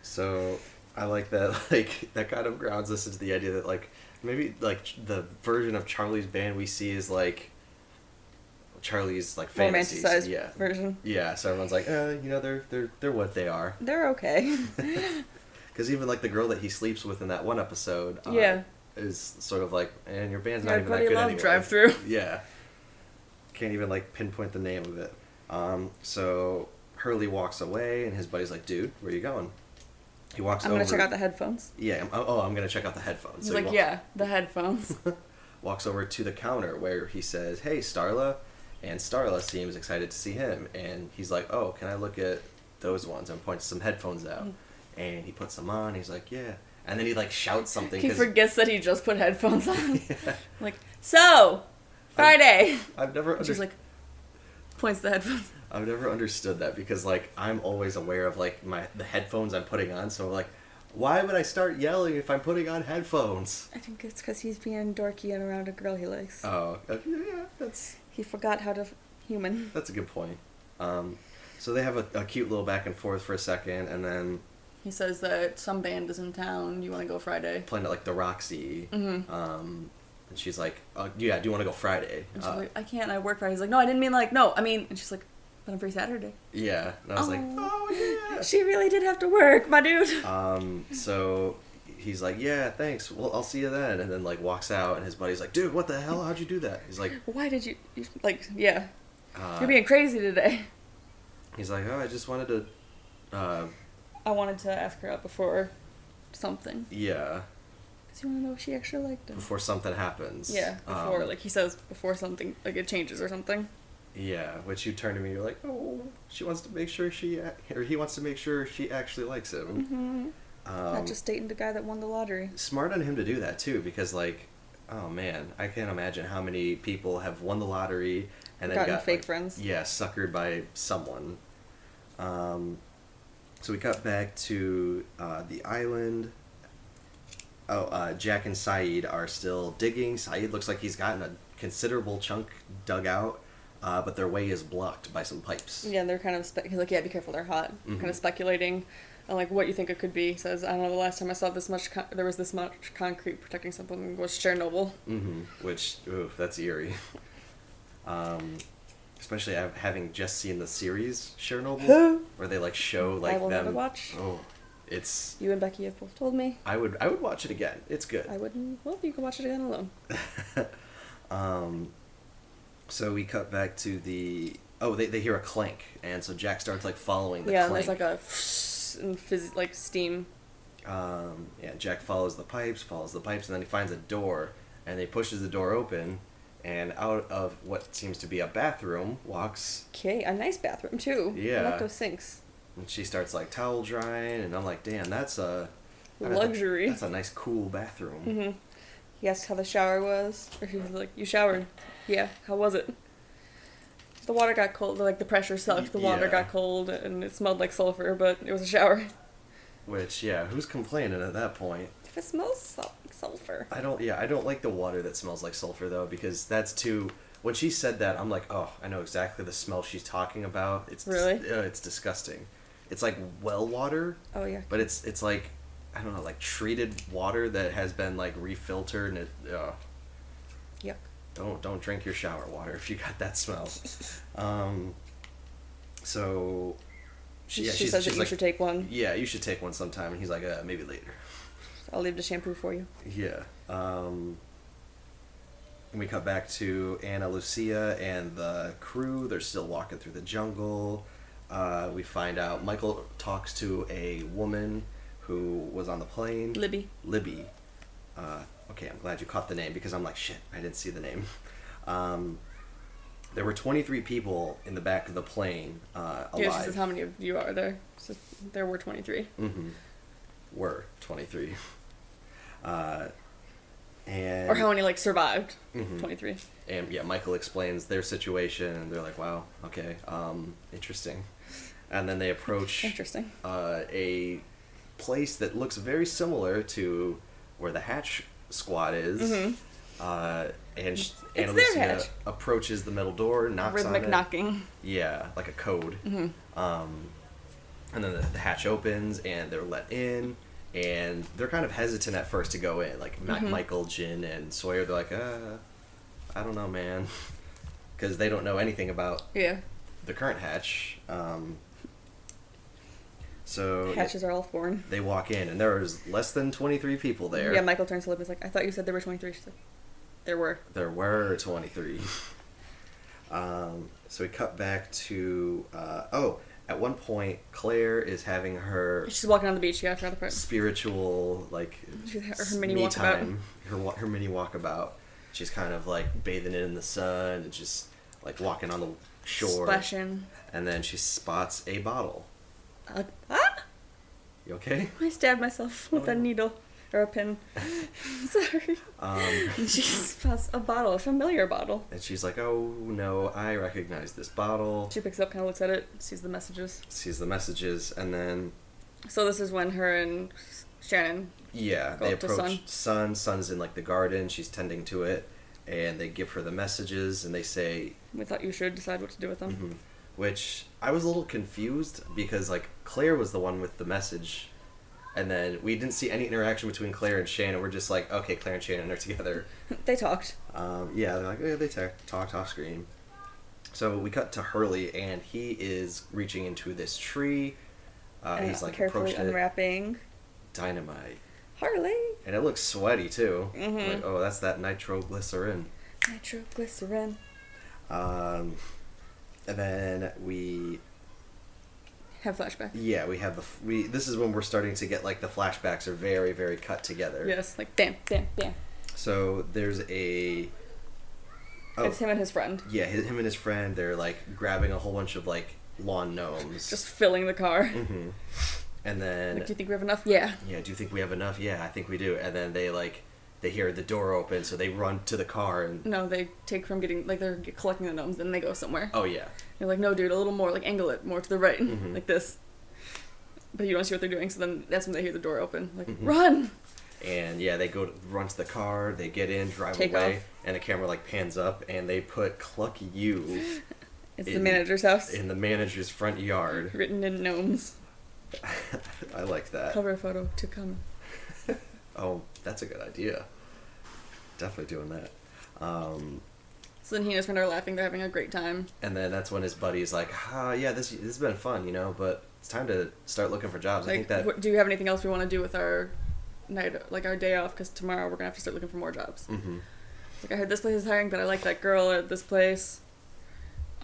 [SPEAKER 2] So I like that. Like that kind of grounds us into the idea that like maybe like ch- the version of Charlie's band we see is like Charlie's like fantasies.
[SPEAKER 3] Romanticized
[SPEAKER 2] yeah,
[SPEAKER 3] version.
[SPEAKER 2] yeah. So everyone's like, uh, you know, they're they're they're what they are.
[SPEAKER 3] They're okay.
[SPEAKER 2] Because even like the girl that he sleeps with in that one episode, uh,
[SPEAKER 3] Yeah.
[SPEAKER 2] is sort of like, and your band's not even that
[SPEAKER 1] Everybody
[SPEAKER 2] good
[SPEAKER 1] love
[SPEAKER 2] anyway.
[SPEAKER 1] drive through.
[SPEAKER 2] Yeah, can't even like pinpoint the name of it. Um, so Hurley walks away, and his buddy's like, "Dude, where you going?" He walks
[SPEAKER 3] I'm
[SPEAKER 2] over.
[SPEAKER 3] gonna check out the headphones.
[SPEAKER 2] Yeah. I'm, oh, I'm gonna check out the headphones.
[SPEAKER 1] He's
[SPEAKER 2] he
[SPEAKER 1] like,
[SPEAKER 2] walks,
[SPEAKER 1] "Yeah, the headphones."
[SPEAKER 2] Walks over to the counter where he says, "Hey, Starla," and Starla seems
[SPEAKER 3] Mm.
[SPEAKER 2] excited to see him, and he's like, "Oh, can I look at those ones?" And points some headphones out. and he puts them on. He's like, yeah, and then he like shouts something.
[SPEAKER 1] He
[SPEAKER 2] 'cause-
[SPEAKER 1] forgets that he just put headphones on.
[SPEAKER 2] Yeah.
[SPEAKER 1] like, so Friday.
[SPEAKER 2] I've never
[SPEAKER 1] And she's
[SPEAKER 2] under-
[SPEAKER 1] like, points the headphones.
[SPEAKER 2] I've never understood that because like I'm always aware of like my the headphones I'm putting on. So like, why would I start yelling if I'm putting on headphones?
[SPEAKER 3] I think it's because he's being dorky and around a girl he likes.
[SPEAKER 2] Oh, okay, yeah, that's
[SPEAKER 3] He forgot how to f- human.
[SPEAKER 2] that's a good point. Um, so they have a, a cute little back and forth for a second, and then
[SPEAKER 1] He says that some band is in town. You want to go Friday?
[SPEAKER 2] playing it like the Roxy.
[SPEAKER 1] Mm-hmm.
[SPEAKER 2] Um, and she's like, oh, yeah, do you want to go Friday?
[SPEAKER 1] And she's
[SPEAKER 2] Uh,
[SPEAKER 1] like, I can't. I work Friday. He's like, No, I didn't mean like no. I mean, and she's like, But I'm free Saturday.
[SPEAKER 2] yeah, and I was like,
[SPEAKER 3] Oh.
[SPEAKER 2] oh yeah.
[SPEAKER 3] She really did have to work, my dude.
[SPEAKER 2] Um, so he's like, yeah, thanks. Well, I'll see you then. And then like walks out, and his buddy's like, dude, what the hell? How'd you do that? He's like,
[SPEAKER 3] Why did you, you like? Yeah,
[SPEAKER 2] uh,
[SPEAKER 1] You're being crazy today.
[SPEAKER 2] he's like, oh, I just wanted to, uh,
[SPEAKER 3] I wanted to ask her out before something
[SPEAKER 2] yeah,
[SPEAKER 3] because you want to know if she actually liked him.
[SPEAKER 2] before something happens.
[SPEAKER 1] Yeah, before
[SPEAKER 2] Um,
[SPEAKER 1] like he says before something like it changes or something.
[SPEAKER 2] yeah. Which you turn to me, you're like, oh, she wants to make sure she, ac- or he wants to make sure she actually likes him.
[SPEAKER 3] Mm-hmm.
[SPEAKER 2] Um,
[SPEAKER 3] Not just dating the guy that won the lottery.
[SPEAKER 2] smart on him to do that too, because like, oh man, I can't imagine how many people have won the lottery and then
[SPEAKER 3] Gotten
[SPEAKER 2] got
[SPEAKER 3] fake
[SPEAKER 2] like,
[SPEAKER 3] friends.
[SPEAKER 2] Yeah, suckered by someone. Um, so we cut back to uh, the island. Oh, uh, Jack and Saeed are still digging. Saeed looks like he's gotten a considerable chunk dug out, uh, but their way is blocked by some pipes.
[SPEAKER 1] Yeah, and they're kind of spe- he's like, yeah, be careful, they're hot. Kind
[SPEAKER 2] Mhm.
[SPEAKER 1] of speculating on like what you think it could be. He says, I don't know. The last time I saw this much, con- there was this much concrete protecting something was Chernobyl.
[SPEAKER 2] hmm Which, ooh, that's eerie. Um, especially av- having just seen the series Chernobyl, where they like show like
[SPEAKER 3] I will
[SPEAKER 2] them.
[SPEAKER 3] never watch.
[SPEAKER 2] Oh, it's.
[SPEAKER 3] You and Becky have both told me.
[SPEAKER 2] I would I would watch it again. It's good.
[SPEAKER 3] I wouldn't. Well, you can watch it again alone.
[SPEAKER 2] Um, so we cut back to the. Oh, they, they hear a clank, and so Jack starts like following the
[SPEAKER 1] yeah, and
[SPEAKER 2] clank.
[SPEAKER 1] there's like a and fizz- like steam.
[SPEAKER 2] um, yeah, Jack follows the pipes, follows the pipes, and then he finds a door, and he pushes the door open, and out of what seems to be a bathroom walks,
[SPEAKER 3] Okay, a nice bathroom too. I
[SPEAKER 2] Yeah.
[SPEAKER 3] like those sinks.
[SPEAKER 2] and she starts like towel drying, and I'm like, damn, that's a I mean,
[SPEAKER 1] Luxury.
[SPEAKER 2] That's a nice, cool bathroom.
[SPEAKER 3] Mm-hmm.
[SPEAKER 1] He asked how the shower was, or he was like, "You showered? Yeah. How was it?" The water got cold. Like the pressure sucked. The water
[SPEAKER 2] Yeah.
[SPEAKER 1] got cold, and it smelled like sulfur, but it was a shower.
[SPEAKER 2] Which, yeah, who's complaining at that point?
[SPEAKER 3] If it smells sul- sulfur.
[SPEAKER 2] I don't. Yeah, I don't like the water that smells like sulfur though, because that's too. When she said that, I'm like, oh, I know exactly the smell she's talking about. It's dis-
[SPEAKER 1] Really?
[SPEAKER 2] uh, it's disgusting. It's like well water,
[SPEAKER 3] Oh yeah.
[SPEAKER 2] but it's it's like I don't know, like treated water that has been like refiltered and it. Uh,
[SPEAKER 3] Yuck.
[SPEAKER 2] don't don't drink your shower water if you got that smell. Um, so. She,
[SPEAKER 1] She,
[SPEAKER 2] yeah, she's,
[SPEAKER 1] says
[SPEAKER 2] she's
[SPEAKER 1] that you
[SPEAKER 2] like,
[SPEAKER 1] should take one.
[SPEAKER 2] yeah, you should take one sometime, and he's like, uh, maybe later.
[SPEAKER 1] I'll leave the shampoo for you.
[SPEAKER 2] Yeah. Um, and we cut back to Anna Lucia and the crew. They're still walking through the jungle. Uh, we find out Michael talks to a woman who was on the plane.
[SPEAKER 1] Libby.
[SPEAKER 2] Libby. Uh, okay, I'm glad you caught the name because I'm like, shit, I didn't see the name. Um, there were 23 people in the back of the plane uh, alive.
[SPEAKER 1] Yeah, she says how many of you are there. She says, there were 23.
[SPEAKER 2] hmm Were 23. Uh, and
[SPEAKER 1] or how many like survived?
[SPEAKER 2] Mhm.
[SPEAKER 1] 23.
[SPEAKER 2] and yeah, Michael explains their situation, and they're like, "Wow, okay, um, interesting." And then they approach
[SPEAKER 1] Interesting.
[SPEAKER 2] uh, a place that looks very similar to where the Hatch Squad is.
[SPEAKER 1] Mhm.
[SPEAKER 2] Uh, and sh-
[SPEAKER 1] their
[SPEAKER 2] Anna Lucia
[SPEAKER 1] hatch.
[SPEAKER 2] approaches the metal door, knocks
[SPEAKER 1] Rhythmic Mm-hmm.
[SPEAKER 2] on it.
[SPEAKER 1] knocking.
[SPEAKER 2] Yeah, like a code. Um, and then the, the hatch opens, and they're let in. And they're kind of hesitant at first to go in. Like Ma-
[SPEAKER 1] Mm-hmm.
[SPEAKER 2] Michael, Jin, and Sawyer, they're like, uh, I don't know, man. Because they don't know anything about
[SPEAKER 1] Yeah.
[SPEAKER 2] the current hatch. Um, so
[SPEAKER 3] Hatches are all foreign.
[SPEAKER 2] they walk in, and there is less than 23 people there.
[SPEAKER 3] Yeah, Michael turns to Libby's like, I thought you said there were 23. She's like, there were.
[SPEAKER 2] There were 23. Um, so we cut back to. Uh, oh, at one point, Claire is having her
[SPEAKER 1] She's walking on the beach. Yeah, I forgot the part.
[SPEAKER 2] spiritual, like,
[SPEAKER 1] She's her- her
[SPEAKER 2] s-
[SPEAKER 1] mini
[SPEAKER 2] me
[SPEAKER 1] walkabout.
[SPEAKER 2] time, Her, wa- her mini walkabout. She's kind of like bathing in the sun and just like walking on the shore.
[SPEAKER 1] Splashing.
[SPEAKER 2] And then she spots a bottle.
[SPEAKER 3] Uh, ah!
[SPEAKER 2] You You okay?
[SPEAKER 1] I stabbed myself with
[SPEAKER 2] No,
[SPEAKER 1] a
[SPEAKER 2] you-
[SPEAKER 1] needle or a pin. Sorry.
[SPEAKER 2] Um,
[SPEAKER 1] And she spots a bottle, a familiar bottle.
[SPEAKER 2] and she's like, oh no, I recognize this bottle.
[SPEAKER 1] She picks it up, kind of looks at it, sees the messages.
[SPEAKER 2] Sees the messages, and then
[SPEAKER 1] So this is when her and Shannon.
[SPEAKER 2] Yeah,
[SPEAKER 1] Go
[SPEAKER 2] they
[SPEAKER 1] up to
[SPEAKER 2] approach Sun. Sun's in like the garden. She's tending to it, and they give her the messages, and they say,
[SPEAKER 1] We thought you should decide what to do with them.
[SPEAKER 2] Mhm. which I was a little confused because like Claire was the one with the message, and then we didn't see any interaction between Claire and Shannon. We're just like, okay, Claire and Shannon are together.
[SPEAKER 1] They talked.
[SPEAKER 2] Um, yeah, they're like, eh, they ta- talked off screen. So we cut to Hurley, and he is reaching into this tree. Uh,
[SPEAKER 1] and
[SPEAKER 2] he's like
[SPEAKER 1] carefully
[SPEAKER 2] approached it,
[SPEAKER 1] unwrapping.
[SPEAKER 2] dynamite,
[SPEAKER 1] Harley.
[SPEAKER 2] and it looks sweaty too.
[SPEAKER 1] Mhm.
[SPEAKER 2] Like, oh, that's that nitroglycerin.
[SPEAKER 1] Nitroglycerin.
[SPEAKER 2] Um, and then we,
[SPEAKER 1] Have flashback.
[SPEAKER 2] yeah, we have the f- we. This is when we're starting to get like the flashbacks are very very cut together.
[SPEAKER 1] Yes, like bam, bam, bam.
[SPEAKER 2] So there's a. Oh
[SPEAKER 1] It's him and his friend
[SPEAKER 2] yeah, him, him and his friend they're like grabbing a whole bunch of like lawn gnomes.
[SPEAKER 1] just filling the car.
[SPEAKER 2] hmm And then
[SPEAKER 1] Like, do you think we have enough? Yeah.
[SPEAKER 2] yeah, do you think we have enough? Yeah, I think we do. And then they like they hear the door open, so they run to the car and
[SPEAKER 1] No, they take from getting like they're collecting the gnomes, then they go somewhere.
[SPEAKER 2] oh yeah,
[SPEAKER 1] You're like, no, dude, a little more, like angle it more to the right,
[SPEAKER 2] Mhm.
[SPEAKER 1] like this. But you don't see what they're doing, so then that's when they hear the door open. Like,
[SPEAKER 2] Mhm.
[SPEAKER 1] run!
[SPEAKER 2] and yeah, they go to, run to the car, they get in, drive
[SPEAKER 1] Take
[SPEAKER 2] away,
[SPEAKER 1] off.
[SPEAKER 2] and the camera like pans up and they put Cluck You
[SPEAKER 1] It's the
[SPEAKER 2] In-
[SPEAKER 1] manager's house,
[SPEAKER 2] in the manager's front yard.
[SPEAKER 1] written in gnomes.
[SPEAKER 2] I like that.
[SPEAKER 1] Cover photo to come.
[SPEAKER 2] Oh, that's a good idea. Definitely doing that. Um,
[SPEAKER 1] So then he and his friend are laughing, they're having a great time.
[SPEAKER 2] and then that's when his buddy's like, ah, yeah, this this has been fun, you know, but it's time to start looking for jobs. I
[SPEAKER 1] Like,
[SPEAKER 2] think that
[SPEAKER 1] "What- do you have anything else we want to do with our night, like our day off? Because tomorrow we're gonna have to start looking for more jobs.
[SPEAKER 2] Mhm.
[SPEAKER 1] Like, I heard this place is hiring, but I like that girl at this place.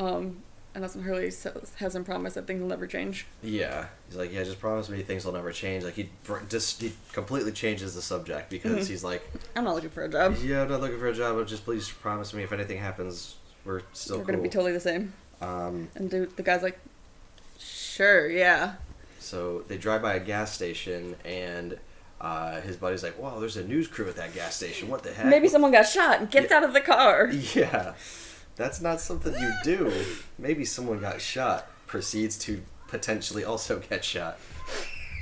[SPEAKER 1] Um, and that's when Hurley says, has him promise that things will never change.
[SPEAKER 2] Yeah, he's like, yeah, just promise me things will never change. Like he br- just he completely changes the subject because
[SPEAKER 1] Mhm.
[SPEAKER 2] he's like,
[SPEAKER 1] I'm not looking for a job.
[SPEAKER 2] yeah, I'm not looking for a job, but just please promise me if anything happens, we're still
[SPEAKER 1] we're
[SPEAKER 2] cool.
[SPEAKER 1] gonna be totally the same.
[SPEAKER 2] um,
[SPEAKER 1] And the, the guy's like, sure, yeah.
[SPEAKER 2] so they drive by a gas station and. Uh, his buddy's like, "Wow, there's a news crew at that gas station. What the heck?"
[SPEAKER 1] Maybe someone got shot and gets
[SPEAKER 2] Yeah.
[SPEAKER 1] out of the car.
[SPEAKER 2] Yeah, that's not something you do. Maybe someone got shot, proceeds to potentially also get shot.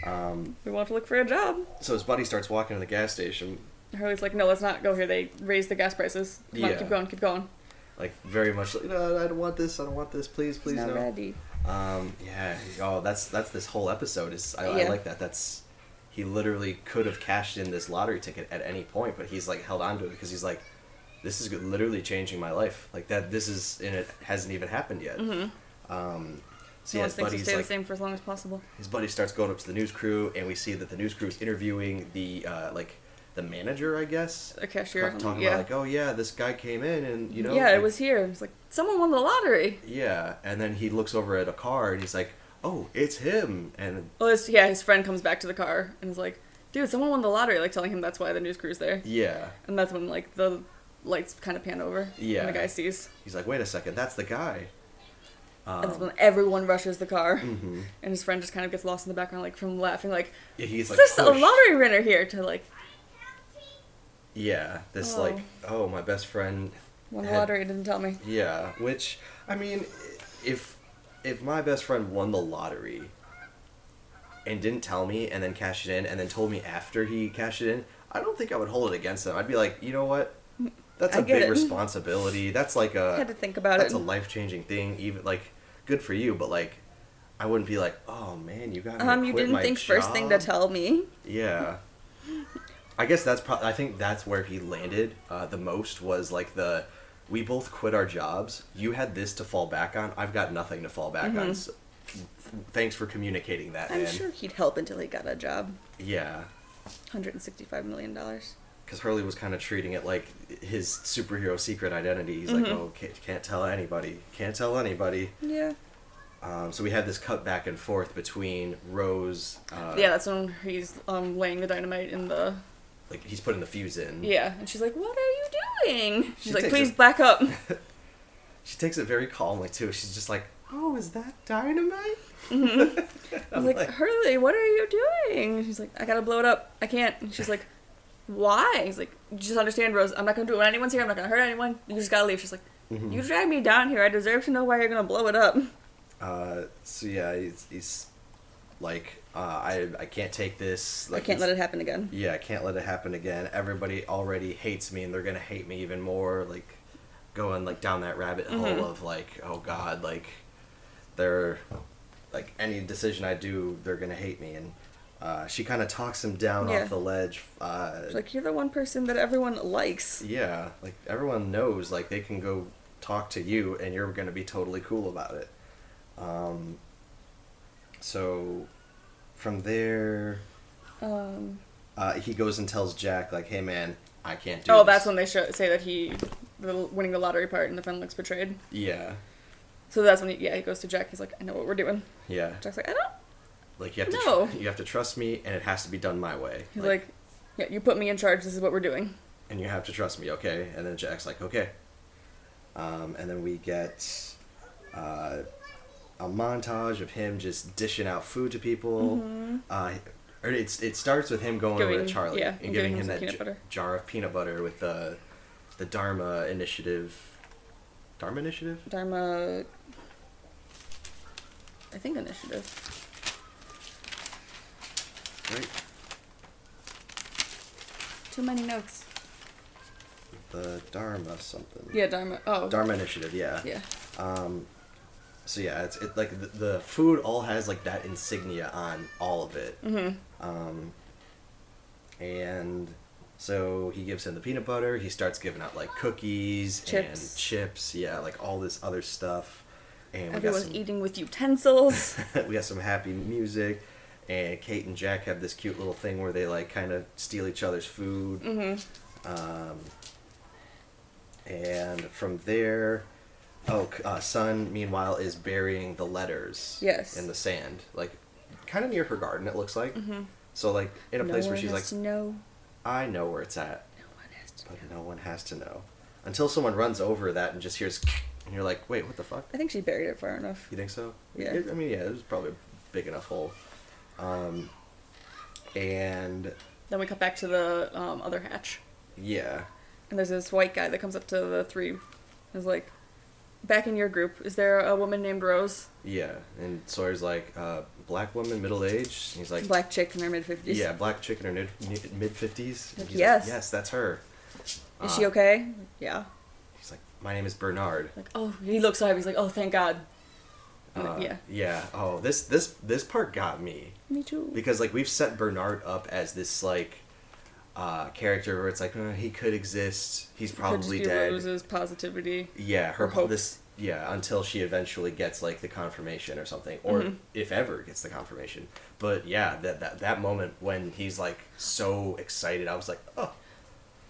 [SPEAKER 2] Um,
[SPEAKER 1] We want to look for a job.
[SPEAKER 2] so his buddy starts walking to the gas station,
[SPEAKER 1] Hurley's like, no, let's not go here. They raised the gas prices. Come on,
[SPEAKER 2] Yeah.
[SPEAKER 1] keep going, keep going.
[SPEAKER 2] like very much like, no, I don't want this, I don't want this, please, please,
[SPEAKER 1] Not
[SPEAKER 2] no.
[SPEAKER 1] ready.
[SPEAKER 2] Um, yeah, oh, that's that's this whole episode is. I, I
[SPEAKER 1] Yeah.
[SPEAKER 2] like that. That's he literally could have cashed in this lottery ticket at any point, but he's like held on to it because he's like, this is literally changing my life. Like that, this is and it hasn't even happened yet. Um, so
[SPEAKER 1] Mm-hmm. He
[SPEAKER 2] yeah,
[SPEAKER 1] wants
[SPEAKER 2] his
[SPEAKER 1] things to
[SPEAKER 2] buddy's
[SPEAKER 1] stay
[SPEAKER 2] like
[SPEAKER 1] the same for as long as possible.
[SPEAKER 2] his buddy starts going up to the news crew, and we see that the news crew is interviewing the uh, like the manager, I guess.
[SPEAKER 1] A cashier.
[SPEAKER 2] Talking
[SPEAKER 1] yeah.
[SPEAKER 2] about like, oh yeah, this guy came in, and you know,
[SPEAKER 1] yeah, it
[SPEAKER 2] like-
[SPEAKER 1] was here. It's like, someone won the lottery.
[SPEAKER 2] yeah, and then he looks over at a car and he's like, "Oh, it's him!" And
[SPEAKER 1] Well, it's, yeah, his friend comes back to the car and is like, dude, someone won the lottery. Like, telling him that's why the news crew's there.
[SPEAKER 2] yeah,
[SPEAKER 1] And that's when, like, the lights kind of pan over.
[SPEAKER 2] Yeah.
[SPEAKER 1] And the guy sees.
[SPEAKER 2] he's like, "Wait a second, that's the guy."
[SPEAKER 1] and that's
[SPEAKER 2] Um,
[SPEAKER 1] when everyone rushes the car.
[SPEAKER 2] mhm.
[SPEAKER 1] And his friend just kind of gets lost in the background, like from laughing, like,
[SPEAKER 2] yeah, he's
[SPEAKER 1] "Is
[SPEAKER 2] like,
[SPEAKER 1] there's a
[SPEAKER 2] pushed.
[SPEAKER 1] lottery winner here to like
[SPEAKER 2] yeah, this
[SPEAKER 1] Oh.
[SPEAKER 2] like, oh, my best friend,
[SPEAKER 1] won the
[SPEAKER 2] Had-
[SPEAKER 1] lottery didn't tell me.
[SPEAKER 2] yeah. Which I mean, if if my best friend won the lottery and didn't tell me, and then cashed it in, and then told me after he cashed it in, I don't think I would hold it against him. I'd be like, you know what? That's
[SPEAKER 1] Mm, I
[SPEAKER 2] a
[SPEAKER 1] get
[SPEAKER 2] big
[SPEAKER 1] it.
[SPEAKER 2] responsibility. That's like a
[SPEAKER 1] I had to think about
[SPEAKER 2] that's
[SPEAKER 1] it.
[SPEAKER 2] a life changing thing. Even like, good for you, but like, I wouldn't be like, oh man, you got me. to
[SPEAKER 1] um, you
[SPEAKER 2] quit
[SPEAKER 1] didn't
[SPEAKER 2] my
[SPEAKER 1] think first thing to
[SPEAKER 2] job."
[SPEAKER 1] tell me.
[SPEAKER 2] Yeah, I guess that's probably. I think that's where he landed uh, the most was like the, we both quit our jobs. You had this to fall back on. I've got nothing to fall back on. So, th- thanks for communicating that,
[SPEAKER 1] Mm-hmm. I'm
[SPEAKER 2] man.
[SPEAKER 1] sure he'd help until he got a job.
[SPEAKER 2] Yeah.
[SPEAKER 1] 165 million dollars.
[SPEAKER 2] Because Hurley was kind of treating it like his superhero secret identity. He's
[SPEAKER 1] Mm-hmm.
[SPEAKER 2] like, oh, can't, can't tell anybody. Can't tell anybody.
[SPEAKER 1] Yeah.
[SPEAKER 2] Um, so we have this cut back and forth between Rose. Uh,
[SPEAKER 1] yeah, that's when he's um laying the dynamite in the
[SPEAKER 2] Like he's putting the fuse in.
[SPEAKER 1] yeah, and she's like, "What are you doing?" She's like,
[SPEAKER 2] takes
[SPEAKER 1] "Please
[SPEAKER 2] a-
[SPEAKER 1] back up."
[SPEAKER 2] She takes it very calmly too. She's just like, "Oh, is that dynamite?"
[SPEAKER 1] I was like, Hurley, what are you doing? And she's like, I gotta blow it up. I can't. And she's like, Why? He's like, Just understand, Rose. I'm not gonna do it when anyone's here. I'm not gonna hurt anyone. You just gotta leave. She's like,
[SPEAKER 2] Mhm.
[SPEAKER 1] You dragged me down here. I deserve to know why you're gonna blow it up.
[SPEAKER 2] Uh, so yeah, he's, he's like, uh, I I can't take this. Like,
[SPEAKER 3] I can't let it happen again.
[SPEAKER 2] Yeah, I can't let it happen again. Everybody already hates me, and they're gonna hate me even more. Like, going like down that rabbit hole of like, oh god, like, they're like any decision I do, they're gonna hate me. And uh, she kind of talks him down
[SPEAKER 3] Yeah.
[SPEAKER 2] off the ledge. Uh,
[SPEAKER 3] She's like, you're the one person that everyone likes.
[SPEAKER 2] yeah, like everyone knows, like they can go talk to you, and you're gonna be totally cool about it. Um, so from there,
[SPEAKER 1] Um,
[SPEAKER 2] uh, he goes and tells Jack, like, "Hey, man, I can't do."
[SPEAKER 1] oh,
[SPEAKER 2] this."
[SPEAKER 1] that's when they show, say that he, the winning the lottery part, and the friend looks betrayed.
[SPEAKER 2] Yeah,
[SPEAKER 1] So that's when he, yeah, he goes to Jack. He's like, I know what we're doing.
[SPEAKER 2] yeah.
[SPEAKER 1] Jack's like, I don't.
[SPEAKER 2] Like you have to,
[SPEAKER 1] No.
[SPEAKER 2] tr- you have to trust me, and it has to be done my way.
[SPEAKER 1] He's like, Yeah, you put me in charge. This is what we're doing.
[SPEAKER 2] and you have to trust me, okay? And then Jack's like, okay. Um, and then we get uh, a montage of him just dishing out food to people. Uh, or it's, it starts with him going over
[SPEAKER 1] Mm-hmm. Giving-
[SPEAKER 2] to Charlie
[SPEAKER 1] yeah,
[SPEAKER 2] and, giving, him
[SPEAKER 1] some
[SPEAKER 2] that
[SPEAKER 1] peanut
[SPEAKER 2] j-
[SPEAKER 1] butter.
[SPEAKER 2] jar of peanut butter with the the Dharma Initiative. Dharma Initiative?
[SPEAKER 1] Dharma. I think initiative.
[SPEAKER 2] Right?
[SPEAKER 1] Too many notes.
[SPEAKER 2] The Dharma something.
[SPEAKER 1] Yeah, Dharma. Oh.
[SPEAKER 2] Dharma Initiative, yeah.
[SPEAKER 1] Yeah.
[SPEAKER 2] Um, so yeah, it's it, like the, the food all has like that insignia on all of it.
[SPEAKER 1] Mm-hmm.
[SPEAKER 2] Um, and so he gives him the peanut butter. He starts giving out like cookies
[SPEAKER 1] Chips.
[SPEAKER 2] and chips. Yeah, like all this other stuff. And we got,
[SPEAKER 1] Everyone's
[SPEAKER 2] some,
[SPEAKER 1] eating with utensils.
[SPEAKER 2] we got some happy music. And Kate and Jack have this cute little thing where they like kind of steal each other's food.
[SPEAKER 1] mm-hmm.
[SPEAKER 2] Um, and from there, oh, c- uh, Sun meanwhile is burying the letters.
[SPEAKER 1] Yes.
[SPEAKER 2] In the sand, like kind of near her garden, it looks like.
[SPEAKER 1] Mm-hmm.
[SPEAKER 2] So like in a place where she's like,
[SPEAKER 1] no.
[SPEAKER 2] I know where it's at,
[SPEAKER 1] No one has to.
[SPEAKER 2] but no one has to know. Until someone runs over that and just hears, and you're like, wait, what the fuck?
[SPEAKER 3] I think she buried it far enough.
[SPEAKER 2] You think so?
[SPEAKER 3] Yeah.
[SPEAKER 2] It- I mean, yeah, it was probably a big enough hole. Um, and
[SPEAKER 1] Then we cut back to the um, other hatch,
[SPEAKER 2] yeah,
[SPEAKER 1] and there's this white guy that comes up to the three, and is like, "Back in your group, is there a woman named Rose?"
[SPEAKER 2] yeah. And Sawyer's like, uh, black woman, middle aged. And he's like,
[SPEAKER 3] Black chick in her mid 50s.
[SPEAKER 2] Yeah, black chick in her mid- mid fifties.
[SPEAKER 3] Like, yes.
[SPEAKER 2] yes, that's her.
[SPEAKER 3] Is
[SPEAKER 2] Uh,
[SPEAKER 3] she okay? Yeah.
[SPEAKER 2] He's like, my name is Bernard.
[SPEAKER 1] Like, oh, he looks up. He's like, "Oh, thank God." I'm
[SPEAKER 2] Uh,
[SPEAKER 1] like, yeah.
[SPEAKER 2] Yeah. Oh, this this this part got me
[SPEAKER 1] Me too.
[SPEAKER 2] because like we've set Bernard up as this like uh, character where it's like uh, he could exist. He's probably
[SPEAKER 1] Could just be
[SPEAKER 2] dead.
[SPEAKER 1] Rose's positivity.
[SPEAKER 2] Yeah, her
[SPEAKER 1] Or hope.
[SPEAKER 2] this yeah until she eventually gets like the confirmation or something, or
[SPEAKER 3] Mm-hmm.
[SPEAKER 2] if ever gets the confirmation. But yeah, that that that moment when he's like so excited, I was like, oh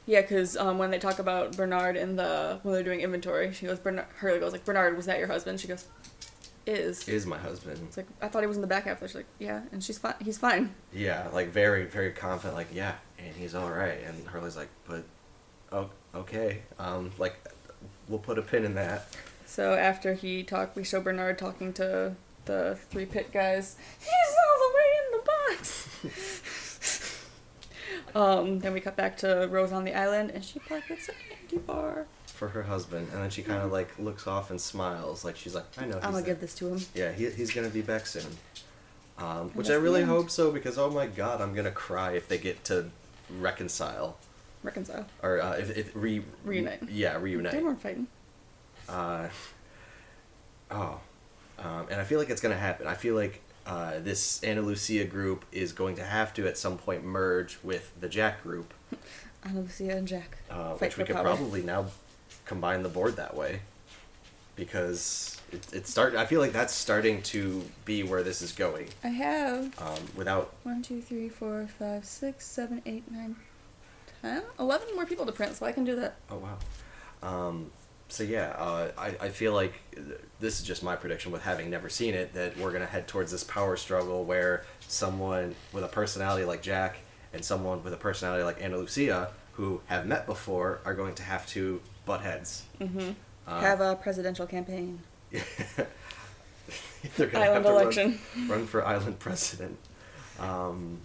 [SPEAKER 1] Yeah, because um, when they talk about Bernard and the when they're doing inventory, she goes, "Bernard." Her goes like, "Bernard, was that your husband?" She goes, "Is."
[SPEAKER 2] is my husband.
[SPEAKER 1] It's like I thought he was in the back half. She's like, "Yeah," and she's fine. He's fine.
[SPEAKER 2] Yeah, like very, very confident, like, yeah, and he's all right. And Hurley's like, but, oh, okay, um, like, we'll put a pin in that.
[SPEAKER 1] So after he talked, we show Bernard talking to the three pit guys. He's all the way in the box. um, then we cut back to Rose on the island, and she pockets a candy bar.
[SPEAKER 2] For her husband, and then she kind of like looks off and smiles, like she's like, I know. He's
[SPEAKER 3] Mm-hmm. I'm gonna
[SPEAKER 2] there.
[SPEAKER 3] give this to him.
[SPEAKER 2] Yeah, he, he's gonna be back soon. Um, which
[SPEAKER 1] that's
[SPEAKER 2] I
[SPEAKER 1] the
[SPEAKER 2] really
[SPEAKER 1] end.
[SPEAKER 2] hope so because oh my god, I'm gonna cry if they get to reconcile
[SPEAKER 1] Reconcile.
[SPEAKER 2] or uh, if, if re
[SPEAKER 1] Reunite.
[SPEAKER 2] Yeah,
[SPEAKER 1] They
[SPEAKER 2] reunite.
[SPEAKER 1] weren't fighting.
[SPEAKER 2] uh, oh, um, and I feel like it's gonna happen. I feel like uh, this Andalusia group is going to have to at some point merge with the Jack group,
[SPEAKER 3] Anna Lucia and Jack.
[SPEAKER 2] uh,
[SPEAKER 3] Fight
[SPEAKER 2] which we
[SPEAKER 3] for
[SPEAKER 2] could
[SPEAKER 3] power.
[SPEAKER 2] probably now combine the board that way because it, it's start. I feel like that's starting to be where this is going
[SPEAKER 3] I have
[SPEAKER 2] um, without.
[SPEAKER 3] one, two, three, four, five, six, seven, eight, nine.
[SPEAKER 1] Huh? Eleven more people to print, so I can do that.
[SPEAKER 2] Oh wow. Um, so yeah, uh, I, I feel like th- this is just my prediction with having never seen it that we're gonna head towards this power struggle where someone with a personality like Jack and someone with a personality like Anna Lucia, who have met before, are going to have to butt heads.
[SPEAKER 1] Mm-hmm.
[SPEAKER 2] Uh,
[SPEAKER 3] have a presidential campaign.
[SPEAKER 2] They're gonna
[SPEAKER 1] Island
[SPEAKER 2] have to
[SPEAKER 1] election.
[SPEAKER 2] Run, run for island president. Um,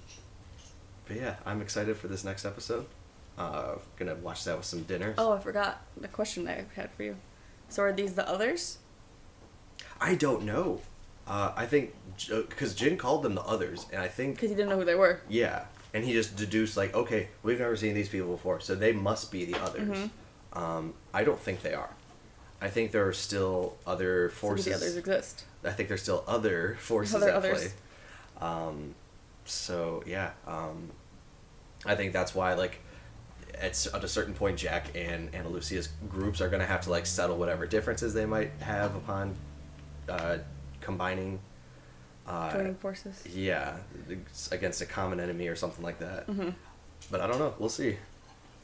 [SPEAKER 2] but yeah, I'm excited for this next episode. Uh, gonna watch that with some dinner.
[SPEAKER 1] Oh, I forgot the question I had for you. So are these the others?
[SPEAKER 2] I don't know. Uh, I think because Jin called them the others, and I think
[SPEAKER 1] Because he didn't know who they were.
[SPEAKER 2] yeah, and he just deduced like, okay, we've never seen these people before, so they must be the others.
[SPEAKER 1] Mm-hmm.
[SPEAKER 2] Um, I don't think they are. I think there are still other
[SPEAKER 1] So do
[SPEAKER 2] forces.
[SPEAKER 1] the others exist.
[SPEAKER 2] I think there's still other forces
[SPEAKER 1] Other
[SPEAKER 2] at play.
[SPEAKER 1] others.
[SPEAKER 2] Um, so yeah, um, I think that's why like at, s- at a certain point, Jack and Anna Lucia's groups are gonna have to like settle whatever differences they might have upon uh, combining. Uh,
[SPEAKER 1] Joining forces.
[SPEAKER 2] yeah, it's against a common enemy or something like that.
[SPEAKER 1] Mm-hmm.
[SPEAKER 2] But I don't know. We'll see.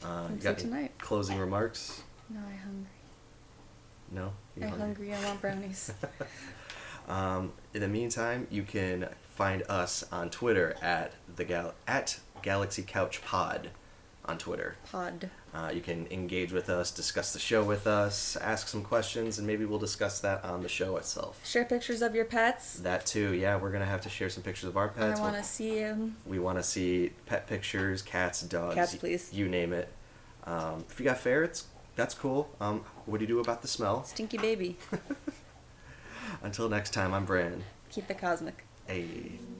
[SPEAKER 2] Uh, you
[SPEAKER 1] We'll
[SPEAKER 2] got
[SPEAKER 1] see
[SPEAKER 2] any
[SPEAKER 1] tonight.
[SPEAKER 2] closing remarks?
[SPEAKER 1] No, I'm hungry.
[SPEAKER 2] No. You
[SPEAKER 1] I'm
[SPEAKER 2] hungry?
[SPEAKER 1] hungry. I want brownies.
[SPEAKER 2] Um, in the meantime, you can find us on Twitter at the gal at Galaxy Couch Pod on Twitter.
[SPEAKER 1] Pod.
[SPEAKER 2] Uh, you can engage with us, discuss the show with us, ask some questions, and maybe we'll discuss that on the show itself.
[SPEAKER 1] Share pictures of your pets.
[SPEAKER 2] That too, yeah, we're gonna have to share some pictures of our pets.
[SPEAKER 1] I want to see um, them.
[SPEAKER 2] We want to see pet pictures, cats, dogs,
[SPEAKER 3] Cats, please.
[SPEAKER 2] You name it. Um, if you got ferrets, that's cool. Um, what do you do about the smell?
[SPEAKER 3] Stinky baby.
[SPEAKER 2] Until next time, I'm Bran.
[SPEAKER 3] Keep it cosmic.
[SPEAKER 2] Hey.